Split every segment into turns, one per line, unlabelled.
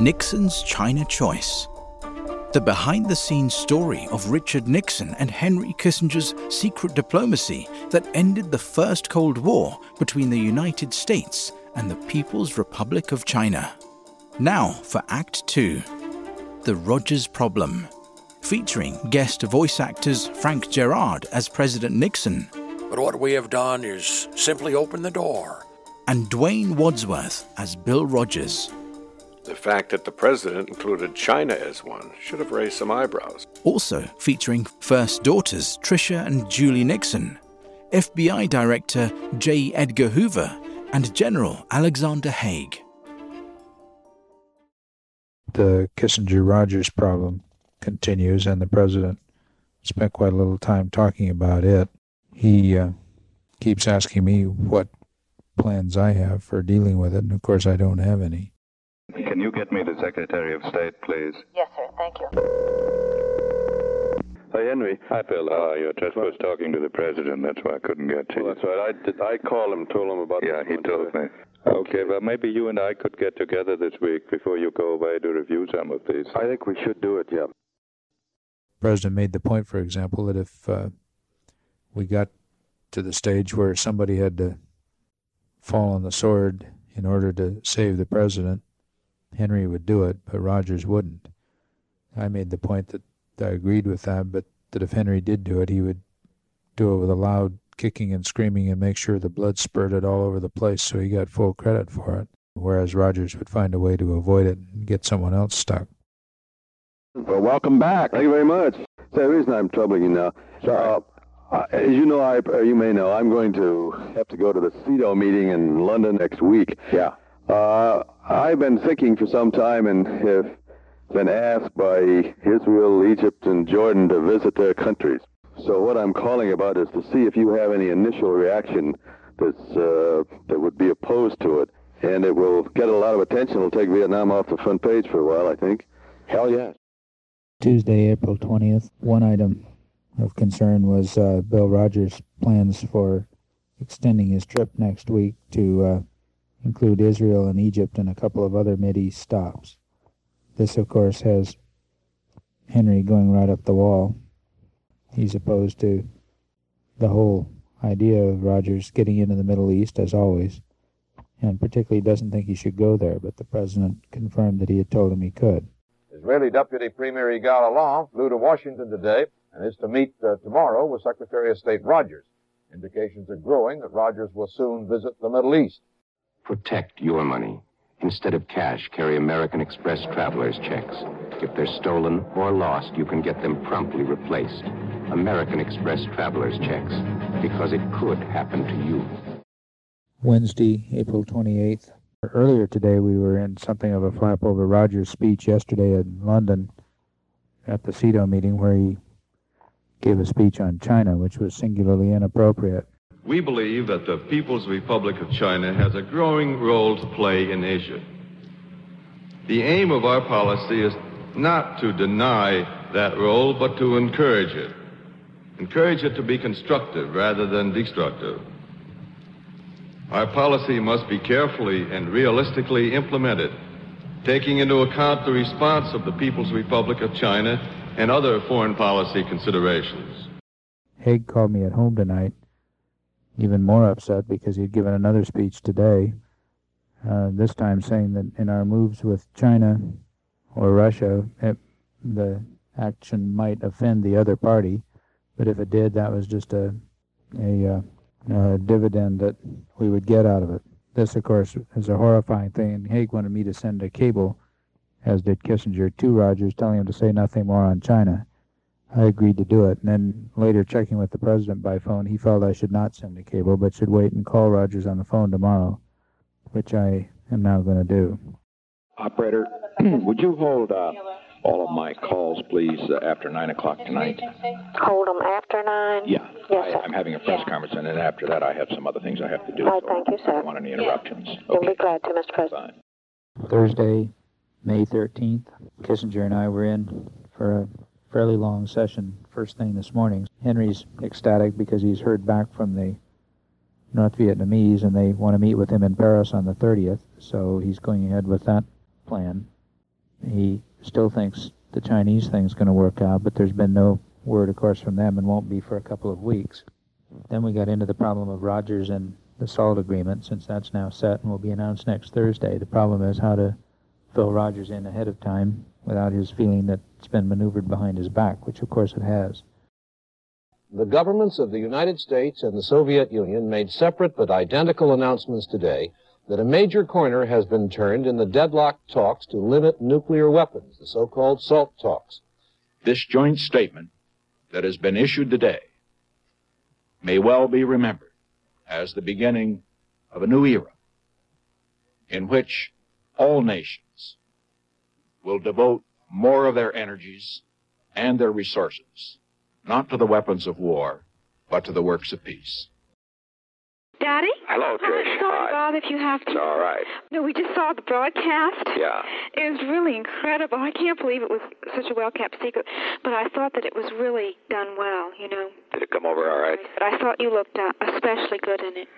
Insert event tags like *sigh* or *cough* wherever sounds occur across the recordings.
Nixon's China Choice. The behind the scenes story of Richard Nixon and Henry Kissinger's secret diplomacy that ended the First Cold War between the United States and the People's Republic of China. Now for Act 2 The Rogers Problem, featuring guest voice actors Frank Gerard as President Nixon
But what we have done is simply open the door.
and Dwayne Wadsworth as Bill Rogers.
The fact that the president included China as one should have raised some eyebrows.
also featuring first daughters Tricia and Julie Nixon, FBI Director J. Edgar Hoover, and General Alexander Haig.
the Kissinger Rogers problem continues, and the president spent quite a little time talking about it. He uh, keeps asking me what plans I have for dealing with it, and of course, I don't have any.
Can you get me the Secretary of State, please?
Yes, sir. Thank you.
Hey, Henry. Hi, Bill. How are you? I just was talking to the President. That's why I couldn't get to you.
That's right. I did, I called him, told him about.
Yeah,
this
he
one,
told
so-
me. Okay, well, maybe you and I could get together this week before you go away to review some of these.
I think we should do it. Yeah.
The president made the point, for example, that if uh, we got to the stage where somebody had to fall on the sword in order to save the president, Henry would do it, but Rogers wouldn't. I made the point that I agreed with that, but that if Henry did do it, he would do it with a loud kicking and screaming and make sure the blood spurted all over the place so he got full credit for it, whereas Rogers would find a way to avoid it and get someone else stuck.
Well, welcome back. Thank you very much. So the reason I'm troubling you now, uh, I- as you know, I, uh, you may know, I'm going to have to go to the CETO meeting in London next week. Yeah. Uh, I've been thinking for some time and have been asked by Israel, Egypt, and Jordan to visit their countries. So what I'm calling about is to see if you have any initial reaction that's, uh, that would be opposed to it. And it will get a lot of attention. It'll take Vietnam off the front page for a while, I think. Hell yeah.
Tuesday, April 20th, one item of concern was uh, Bill Rogers' plans for extending his trip next week to uh, include Israel and Egypt and a couple of other Mideast stops. This, of course, has Henry going right up the wall. He's opposed to the whole idea of Rogers getting into the Middle East, as always, and particularly doesn't think he should go there, but the president confirmed that he had told him he could.
Israeli Deputy Premier Igal Alam flew to Washington today and is to meet uh, tomorrow with Secretary of State Rogers. Indications are growing that Rogers will soon visit the Middle East.
Protect your money. Instead of cash, carry American Express traveler's checks. If they're stolen or lost, you can get them promptly replaced. American Express traveler's checks, because it could happen to you.
Wednesday, April 28th. Earlier today, we were in something of a flap over Rogers' speech yesterday in London at the CETO meeting where he gave a speech on China, which was singularly inappropriate.
We believe that the People's Republic of China has a growing role to play in Asia. The aim of our policy is not to deny that role, but to encourage it. Encourage it to be constructive rather than destructive. Our policy must be carefully and realistically implemented, taking into account the response of the People's Republic of China and other foreign policy considerations.
Haig called me at home tonight, even more upset because he'd given another speech today, uh, this time saying that in our moves with China or Russia, it, the action might offend the other party, but if it did, that was just a, a, uh, uh dividend that we would get out of it. This, of course, is a horrifying thing, and Haig wanted me to send a cable, as did Kissinger, to Rogers, telling him to say nothing more on China. I agreed to do it, and then later checking with the president by phone, he felt I should not send a cable, but should wait and call Rogers on the phone tomorrow, which I am now going to do.
Operator, *clears throat* would you hold uh, all of my calls, please, uh, after 9 o'clock tonight?
Hold 'em after nine.
Yeah,
Yes,
I,
sir.
I'm having a press conference, and then after that, I have some other things I have to do.
I
so
Uh, thank you,
I
sir.
don't want any interruptions.
You'll be glad to, Mr. President.
Thursday, May 13th, Kissinger and I were in for a fairly long session first thing this morning. Henry's ecstatic because he's heard back from the North Vietnamese and they want to meet with him in Paris on the 30th, so he's going ahead with that plan. He still thinks the Chinese thing's going to work out, but there's been no word, of course, from them and won't be for a couple of weeks. Then we got into the problem of Rogers and the SALT agreement, since that's now set and will be announced next Thursday. The problem is how to fill Rogers in ahead of time without his feeling that it's been maneuvered behind his back, which of course it has.
The governments of the United States and the Soviet Union made separate but identical announcements today that a major corner has been turned in the deadlock talks to limit nuclear weapons, the so called SALT talks.
This joint statement that has been issued today may well be remembered as the beginning of a new era in which all nations will devote more of their energies and their resources not to the weapons of war, but to the works of peace.
Daddy?
Hello,
I'm sorry, Bob, if you have to.
It's all right.
No, we just saw the broadcast.
Yeah.
It was really incredible. I can't believe it was such a well kept secret, but I thought that it was really done well, you know.
Did it come over all right?
But I thought you looked uh, especially good in it,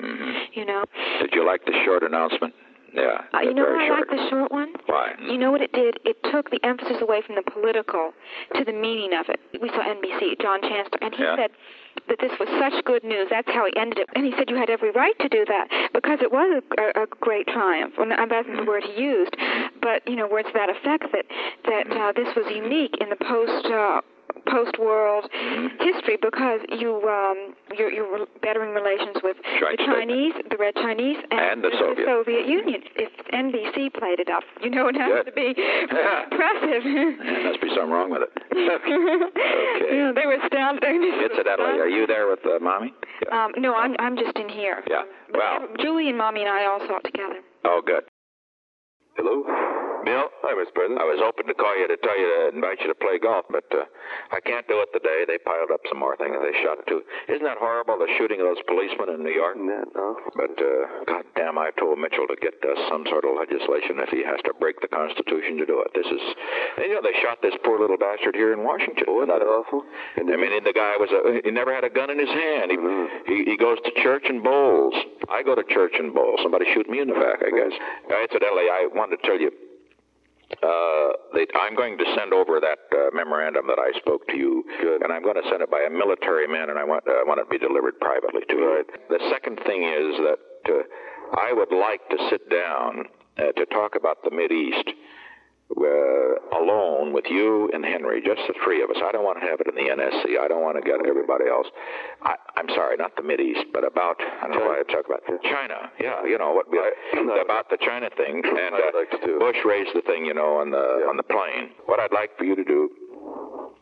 you know.
Did you like the short announcement? Yeah.
Uh, you
that's
know
very
what I
short.
like the short one?
Why?
You know what it did? It took the emphasis away from the political to the meaning of it. We saw NBC, John Chancellor, and he
Yeah.
said that this was such good news. That's how he ended it. And he said you had every right to do that because it was a, a, a great triumph. Well, that wasn't the word he used, but you know, words to that effect that that uh, this was unique in the post. Uh, Post world history because you um, you're, you're bettering relations with
Joint
the Chinese, the Red Chinese,
And
and,
the Soviet.
Union. If NBC played it up, you know it has
Good. *laughs*
to be
Yeah.
impressive.
There must be something wrong with
*laughs*
it.
Yeah, they were astounded. They were
Incidentally, are you there with uh, mommy?
Um, no, I'm I'm just in here.
Yeah. Well,
Julie and mommy and I all saw it together.
oh, good. Hello? Bill? Hi, Miss President. I was hoping to call you to tell you to invite you to play golf, but uh, I can't do it today. They piled up some more things. They shot two. Isn't that horrible, the shooting of those policemen in New York? No, no. But, uh, goddamn, I told Mitchell to get uh, some sort of legislation if he has to break the Constitution to do it. This is. You know, they shot this poor little bastard here in Washington. Wasn't that awful? I mean, the guy was a, he never had a gun in his hand. He, he he goes to church and bowls. I go to church and bowls. Somebody shoot me in the back, I guess. Uh, incidentally, I wanted to tell you. Uh, they, I'm going to send over that uh, memorandum that I spoke to you, and I'm going to send it by a military man, and I want uh, want it to be delivered privately to you. The second thing is that uh, I would like to sit down uh, to talk about the Mid East uh, alone with you and Henry, just the three of us. I don't want to have it in the NSC. I don't want to get everybody else. I, I'm sorry, not the Mid East, but about I don't know why I talk about China. Yeah, you know what? We, about the China thing, and uh, Bush raised the thing, you know, on the on the plane. What I'd like for you to do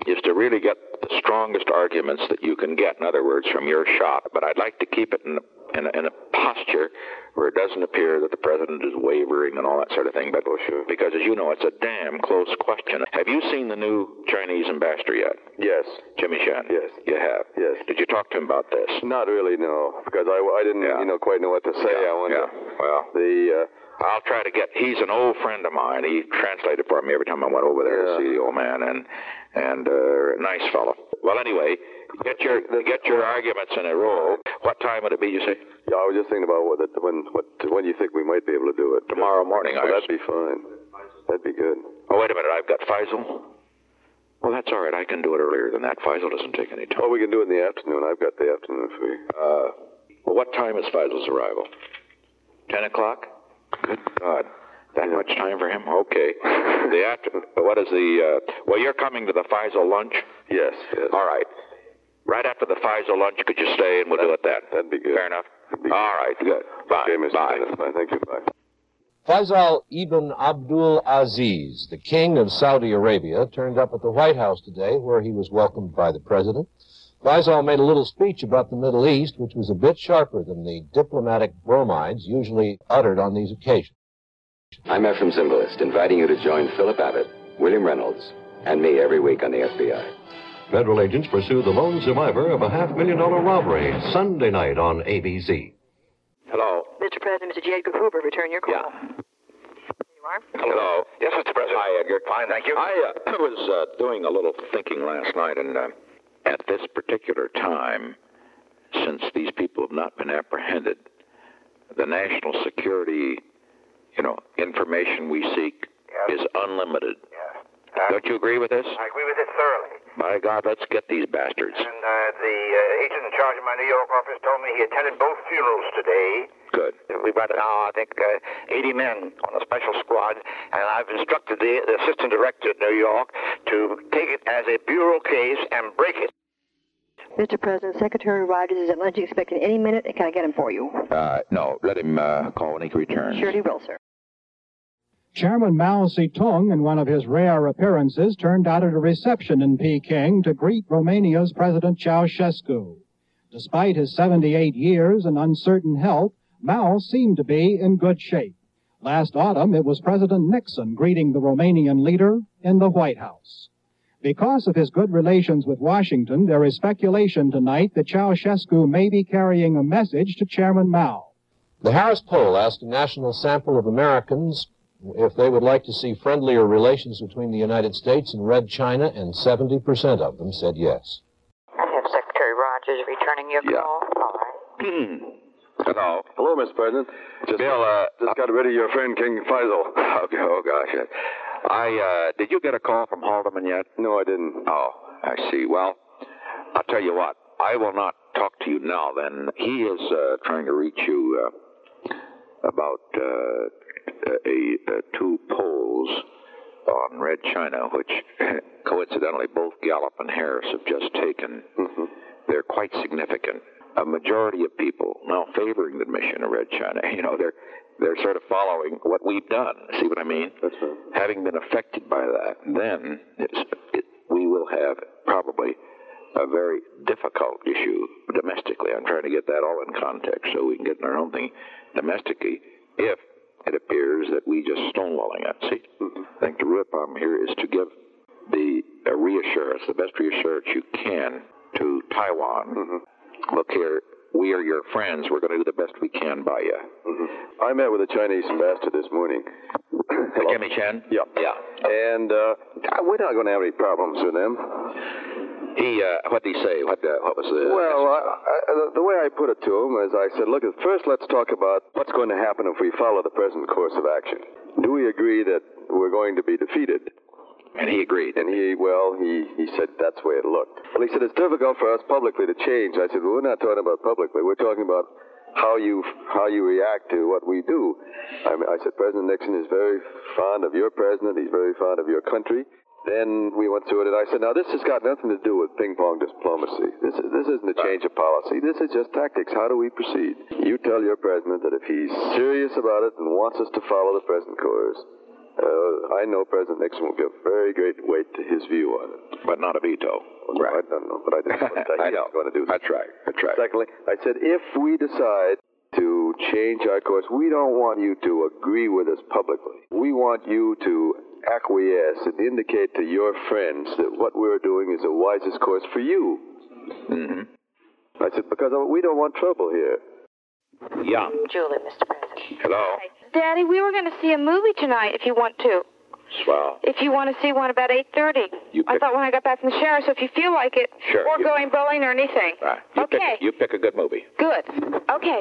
is to really get the strongest arguments that you can get. In other words, from your shop. But I'd like to keep it in a, in a, in a posture where it doesn't appear that the president is wavering and all that sort of thing. But because, as you know, it's a damn close question. Have you seen the new Chinese ambassador yet? Yes. Jimmy Shan. Yes. You have. Yes. Did you talk to him about this?
Not really, no, because I, I didn't, you know, quite know what to say. I wanted
Yeah. Well,
the. Uh,
I'll try to get. He's an old friend of mine. He translated for me every time I went over there to see the old man, and and uh, nice fellow. Well, anyway, get your get your arguments in a row. What time would it be? You say
yeah, I was just thinking about what, when, what, when you think we might be able to do it.
Tomorrow morning,
Well,
I-
that'd be fine. That'd be good.
Oh, wait a minute. I've got Faisal. Well, that's all right. I can do it earlier than that. Faisal doesn't take any time.
Well, we can do it in the afternoon. I've got the afternoon free.
Uh, well, what time is Feisel's arrival? Ten o'clock. Good God, that much time for him? *laughs* Okay. the after, what is the? Uh, well, you're coming to the Faisal lunch. Yes, yes. All right. Right after the Faisal lunch, could you stay and we'll do it then? That'd be good. Fair enough. All right. Good. Bye. Bye. Thank you. Bye.
Faisal ibn Abdul Aziz, the king of Saudi Arabia, turned up at the White House today where he was welcomed by the president. Faisal made a little speech about the Middle East, which was a bit sharper than the diplomatic bromides usually uttered on these occasions.
I'm Ephraim Zimbalist, inviting you to join Philip Abbott, William Reynolds, and me every week on the FBI.
Federal agents pursue the lone survivor of a half million dollar robbery Sunday night on ABC.
Hello.
Mr. President, Mr. J. Edgar Hoover, return your call.
Hello. Yes, Mr. President. Hi, Edgar. Fine, thank you. I uh, was uh, doing a little thinking last night, and uh, at this particular time, since these people have not been apprehended, the national security, you know, information we seek is unlimited. Don't you agree with this?
I agree with it thoroughly.
By God, let's get these bastards.
And uh, the uh, agent in charge of my New York office told me he attended both funerals today.
Good.
We've got now, I think, uh, 80 men on a special squad, and I've instructed the, the assistant director at New York to take it as a bureau case and break it.
Mr. President, Secretary Rogers is at lunch expected any minute. Can I get him for you?
Uh, no, let him uh, call when he returns.
Sure he will, sir.
Chairman Mao Zedong, in one of his rare appearances, turned out at a reception in Peking to greet Romania's President Ceausescu. Despite his 78 years and uncertain health, Mao seemed to be in good shape. Last autumn, it was President Nixon greeting the Romanian leader in the White House. Because of his good relations with Washington, there is speculation tonight that Ceausescu may be carrying a message to Chairman Mao.
The Harris poll asked a national sample of Americans if they would like to see friendlier relations between the United States and Red China, and 70% of them said yes.
I have Secretary Rogers returning your call.
Hello.
Hmm. Hello, Mr. President.
Just, Bill, uh,
Just got rid of your friend King Faisal.
*laughs* Okay, oh gosh. uh, I uh, did you get a call from Haldeman yet?
No, I didn't.
Oh, I see. Well, I'll tell you what. I will not talk to you now. Then he is uh, trying to reach you uh, about uh, a, a two polls on Red China, which *laughs* coincidentally both Gallup and Harris have just taken.
Mm-hmm.
They're quite significant. A majority of people now favoring the mission of Red China. *laughs* You know, they're they're sort of following what we've done. See what I mean?
That's right.
having been affected by that, then it's, it, we will have probably a very difficult issue domestically. I'm trying to get that all in context so we can get in our own thing domestically if it appears that we just stonewalling it. See,
Mm-hmm.
I think the real problem here is to give the a reassurance, the best reassurance you can to Taiwan.
Mm-hmm.
Look here, we are your friends. We're going to do the best we can by you.
Mm-hmm. I met with the Chinese ambassador this
*coughs*
morning.
Jimmy Chen?
Yeah.
Yeah.
And uh, we're not going to have any problems with them.
He, uh, what did he say? What, uh, what was the.
Well, I, I, the way I put it to him is I said, look, first let's talk about what's going to happen if we follow the present course of action. Do we agree that we're going to be defeated?
And he agreed.
And he, well, he, he said that's the way it looked. Well, he said it's difficult for us publicly to change. I said, well, we're not talking about publicly. We're talking about how you how you react to what we do. I, mean, I said President Nixon is very fond of your president. He's very fond of your country. Then we went through it, and I said, now this has got nothing to do with ping pong diplomacy. This is, this isn't a change of policy. This is just tactics. How do we proceed? You tell your president that if he's serious about it and wants us to follow the present course. Uh, I know President Nixon will give very great weight to his view on it.
But not a veto.
right. I don't know, but I didn't want to
*laughs* I
he's
know.
going to do
That's right. That's right.
Secondly, I said if we decide to change our course, we don't want you to agree with us publicly. We want you to acquiesce and indicate to your friends that what we're doing is the wisest course for you.
Mm-hmm.
I said because we don't want trouble here.
Yeah.
Julie, Mr.
Hello.
Daddy, we were going to see a movie tonight if you want to.
Swell.
If you want to see one about 8.30.
You
I
pick-
thought when I got back from the shower, so if you feel like it,
Sure,
or
you-
going bowling or anything.
All right. You
Okay.
Pick, you pick a good movie.
Good. Okay.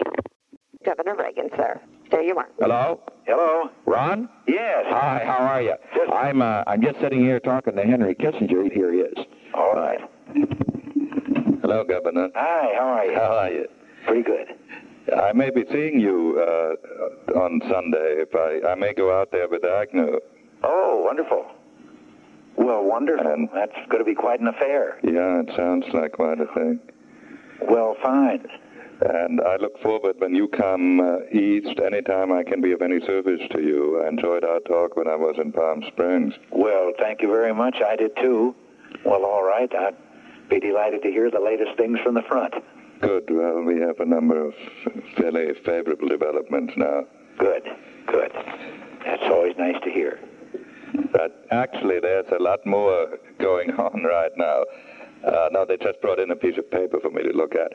Governor Reagan, sir. There you are.
Hello? Hello? Ron? Yes. Hi, how are you? I'm uh, I'm just sitting here talking to Henry Kissinger. Here he is. All right. Hello, Governor. Hi, how are you? How are you? Pretty good.
I may be seeing you uh, on Sunday. If I, I may go out there with Agnew.
Oh, wonderful. Well, wonderful. That's going to be quite an affair.
Yeah, it sounds like quite a thing.
Well, fine.
And I look forward when you come uh, east anytime I can be of any service to you. I enjoyed our talk when I was in Palm Springs.
Well, thank you very much. I did too. Well, all right. I'd be delighted to hear the latest things from the front.
Good. Well, we have a number of fairly favorable developments now.
Good. Good. That's always nice to hear.
But actually, there's a lot more going on *laughs* right now. Uh, now, they just brought in a piece of paper for me to look at.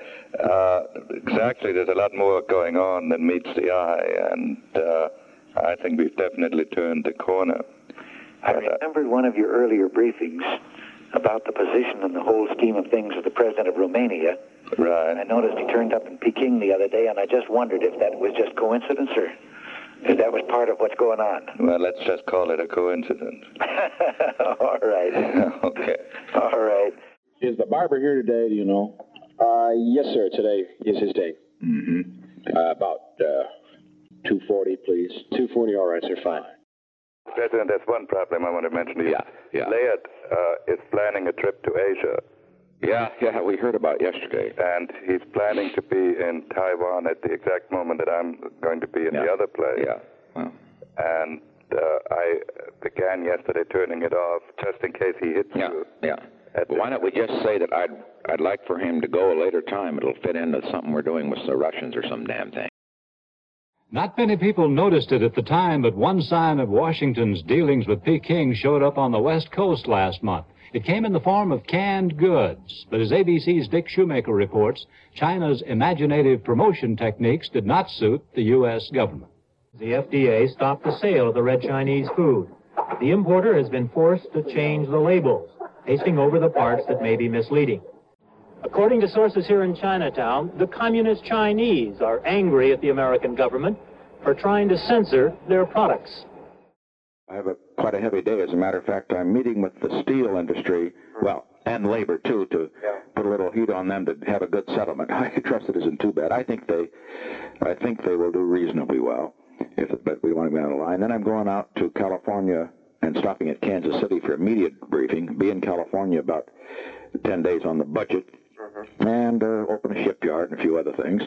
Uh, exactly, there's a lot more going on than meets the eye, and uh, I think we've definitely turned the corner. uh,
I remembered one of your earlier briefings about the position and the whole scheme of things of the president of Romania.
Right.
And I noticed he turned up in Peking the other day, and I just wondered if that was just coincidence or That was part of what's going on.
Well, let's just call it a coincidence.
*laughs*
All right.
okay.
All right.
Is the barber here today, do you know? Uh, yes, sir. Today is his day. Mm-hmm. Uh, about uh, 2.40, please. 2.40, all right, sir, fine.
President, there's one problem I want to mention to you. Yeah, yeah. Layard uh, is planning a trip to Asia.
Yeah, yeah, we heard about it yesterday.
And he's planning to be in Taiwan at the exact moment that I'm going to be in the other place. Yeah. And uh, I began yesterday turning it off just in case he hits you.
Yeah. Well, why don't we just say that I'd I'd like for him to go a later time. It'll fit into something we're doing with the Russians or some damn thing.
Not many people noticed it at the time, but one sign of Washington's dealings with Peking showed up on the West Coast last month. It came in the form of canned goods, but as ABC's Dick Shoemaker reports, China's imaginative promotion techniques did not suit the U.S. government.
The FDA stopped the sale of the red Chinese food. The importer has been forced to change the labels, pasting over the parts that may be misleading. According to sources here in Chinatown, the communist Chinese are angry at the American government for trying to censor their products.
I have a, quite a heavy day. As a matter of fact, I'm meeting with the steel industry, well, and labor too, to put a little heat on them to have a good settlement. *laughs* I trust it isn't too bad. I think they, I think they will do reasonably well. If but we want to be on the line. Then I'm going out to California and stopping at Kansas City for immediate briefing. Be in California about ten days on the budget. And uh, open a shipyard and a few other things.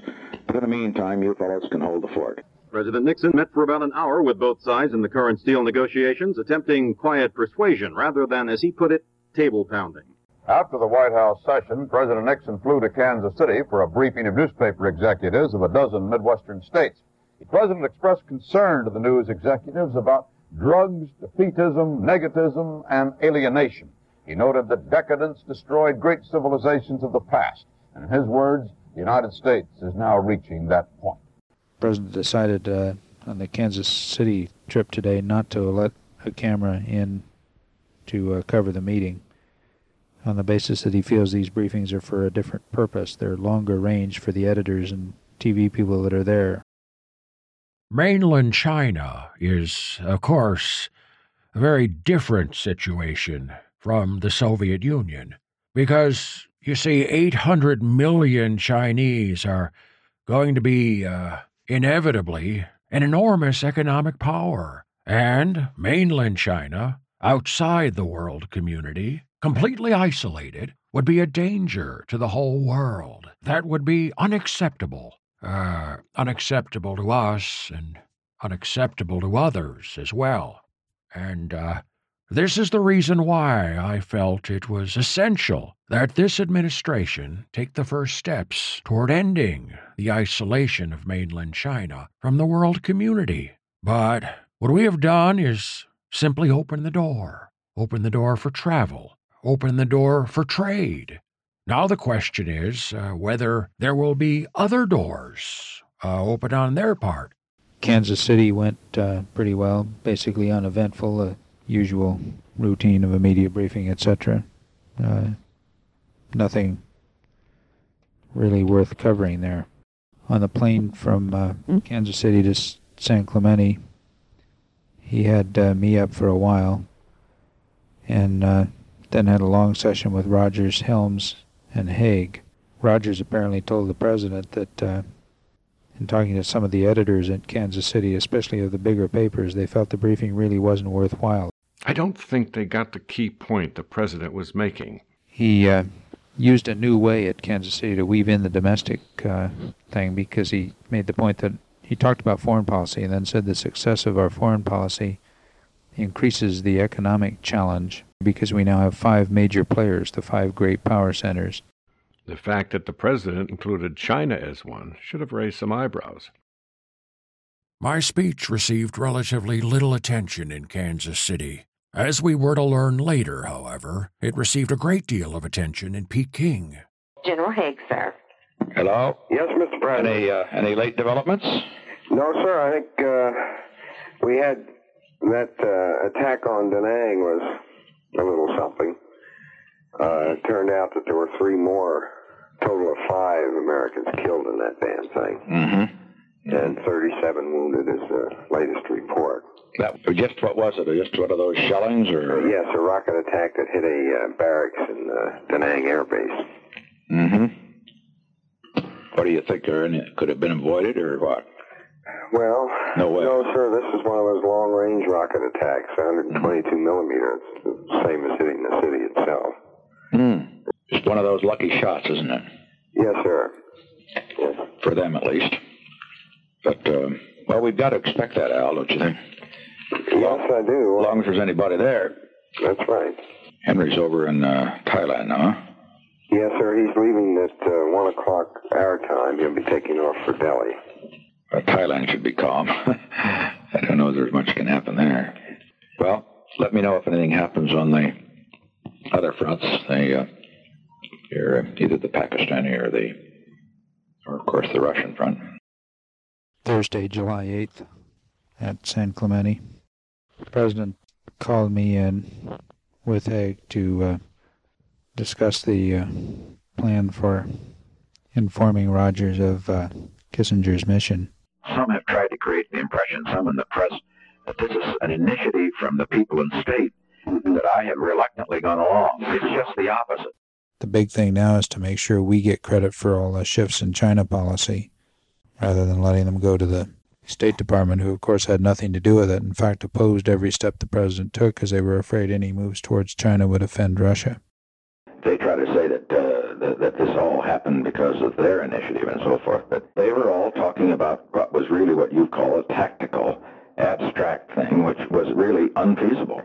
But in the meantime, you fellows can hold the fort.
President Nixon met for about an hour with both sides in the current steel negotiations, attempting quiet persuasion rather than, as he put it, table pounding.
After the White House session, President Nixon flew to Kansas City for a briefing of newspaper executives of a dozen Midwestern states. The president expressed concern to the news executives about drugs, defeatism, negativism, and alienation. He noted that decadence destroyed great civilizations of the past, and in his words, the United States is now reaching that point.
president decided uh, on the Kansas City trip today not to let a camera in to uh, cover the meeting on the basis that he feels these briefings are for a different purpose. They're longer range for the editors and TV people that are there.
Mainland China is, of course, a very different situation from the Soviet Union because, you see, 800 million Chinese are going to be uh, inevitably an enormous economic power. And mainland China, outside the world community, completely isolated, would be a danger to the whole world. That would be unacceptable. Uh, unacceptable to us and unacceptable to others as well. And uh, this is the reason why I felt it was essential that this administration take the first steps toward ending the isolation of mainland China from the world community. But what we have done is simply open the door, open the door for travel, open the door for trade. Now the question is uh, whether there will be other doors uh, open on their part.
Kansas City went uh, pretty well, basically uneventful, the usual routine of a media briefing, etc. Uh, nothing really worth covering there. On the plane from uh, Kansas City to S- San Clemente, he had uh, me up for a while, and uh, then had a long session with Rogers, Helms, and Haig. Rogers apparently told the president that. Uh, in talking to some of the editors at Kansas City, especially of the bigger papers, they felt the briefing really wasn't worthwhile.
I don't think they got the key point the president was making.
He uh, used a new way at Kansas City to weave in the domestic uh, thing because he made the point that he talked about foreign policy and then said the success of our foreign policy increases the economic challenge because we now have five major players, the five great power centers.
The fact that the president included China as one should have raised some eyebrows.
My speech received relatively little attention in Kansas City. As we were to learn later, however, it received a great deal of attention in Peking.
General Haig, sir.
Hello?
Yes, Mr. President.
Any, uh, any late developments?
No, sir. I think uh, we had that uh, attack on Da Nang was a little something. Uh, it turned out that there were three more, total of five Americans killed in that damn thing.
Mm-hmm.
and 37 wounded is the latest report.
That just what was it? Just one of those shellings, or
Yes, a rocket attack that hit a uh, barracks in uh, Da Nang Air Base.
Mm-hmm. What do you think, Aaron? It could have been avoided, or what?
Well,
No way.
no, sir, this is one of those long-range rocket attacks, 122
Mm-hmm.
millimeter. It's the same as hitting the city itself.
Hmm. Just one of those lucky shots, isn't it?
Yes, sir.
For them, at least. But um, well, we've got to expect that, Al, don't you think?
Yes, I do.
As long as there's anybody there.
That's right.
Henry's over in uh, Thailand now. Huh?
Yes, sir, he's leaving at uh, 1 o'clock our time. He'll be taking off for Delhi.
But Thailand should be calm. *laughs* I don't know if there's much can happen there. Well, let me know if anything happens on the other fronts. The uh, here, uh, either the Pakistani or the, or of course the Russian front.
Thursday, July 8th, at San Clemente. The president called me in with Haig to uh, discuss the uh, plan for informing Rogers of uh, Kissinger's mission.
Some have tried to create the impression, some in the press, that this is an initiative from the people and state that I have reluctantly gone along. It's just the opposite.
The big thing now is to make sure we get credit for all the shifts in China policy rather than letting them go to the State Department, who, of course, had nothing to do with it. In fact, opposed every step the president took because they were afraid any moves towards China would offend Russia.
They try to say that, uh, that that this all happened because of their initiative and so forth, but they were all talking about what was really what you call a tactical, abstract thing, which was really unfeasible.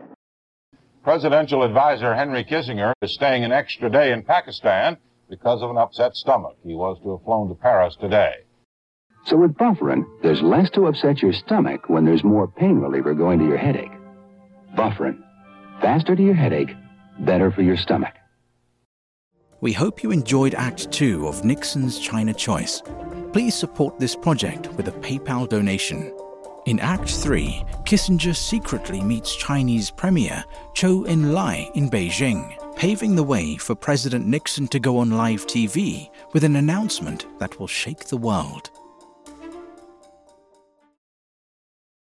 Presidential advisor Henry Kissinger is staying an extra day in Pakistan because of an upset stomach. He was to have flown to Paris today.
So with Bufferin, there's less to upset your stomach when there's more pain reliever going to your headache. Bufferin. Faster to your headache, better for your stomach.
We hope you enjoyed Act 2 of Nixon's China Choice. Please support this project with a PayPal donation. In Act 3, Kissinger secretly meets Chinese Premier Chou En Lai in Beijing, paving the way for President Nixon to go on live TV with an announcement that will shake the world.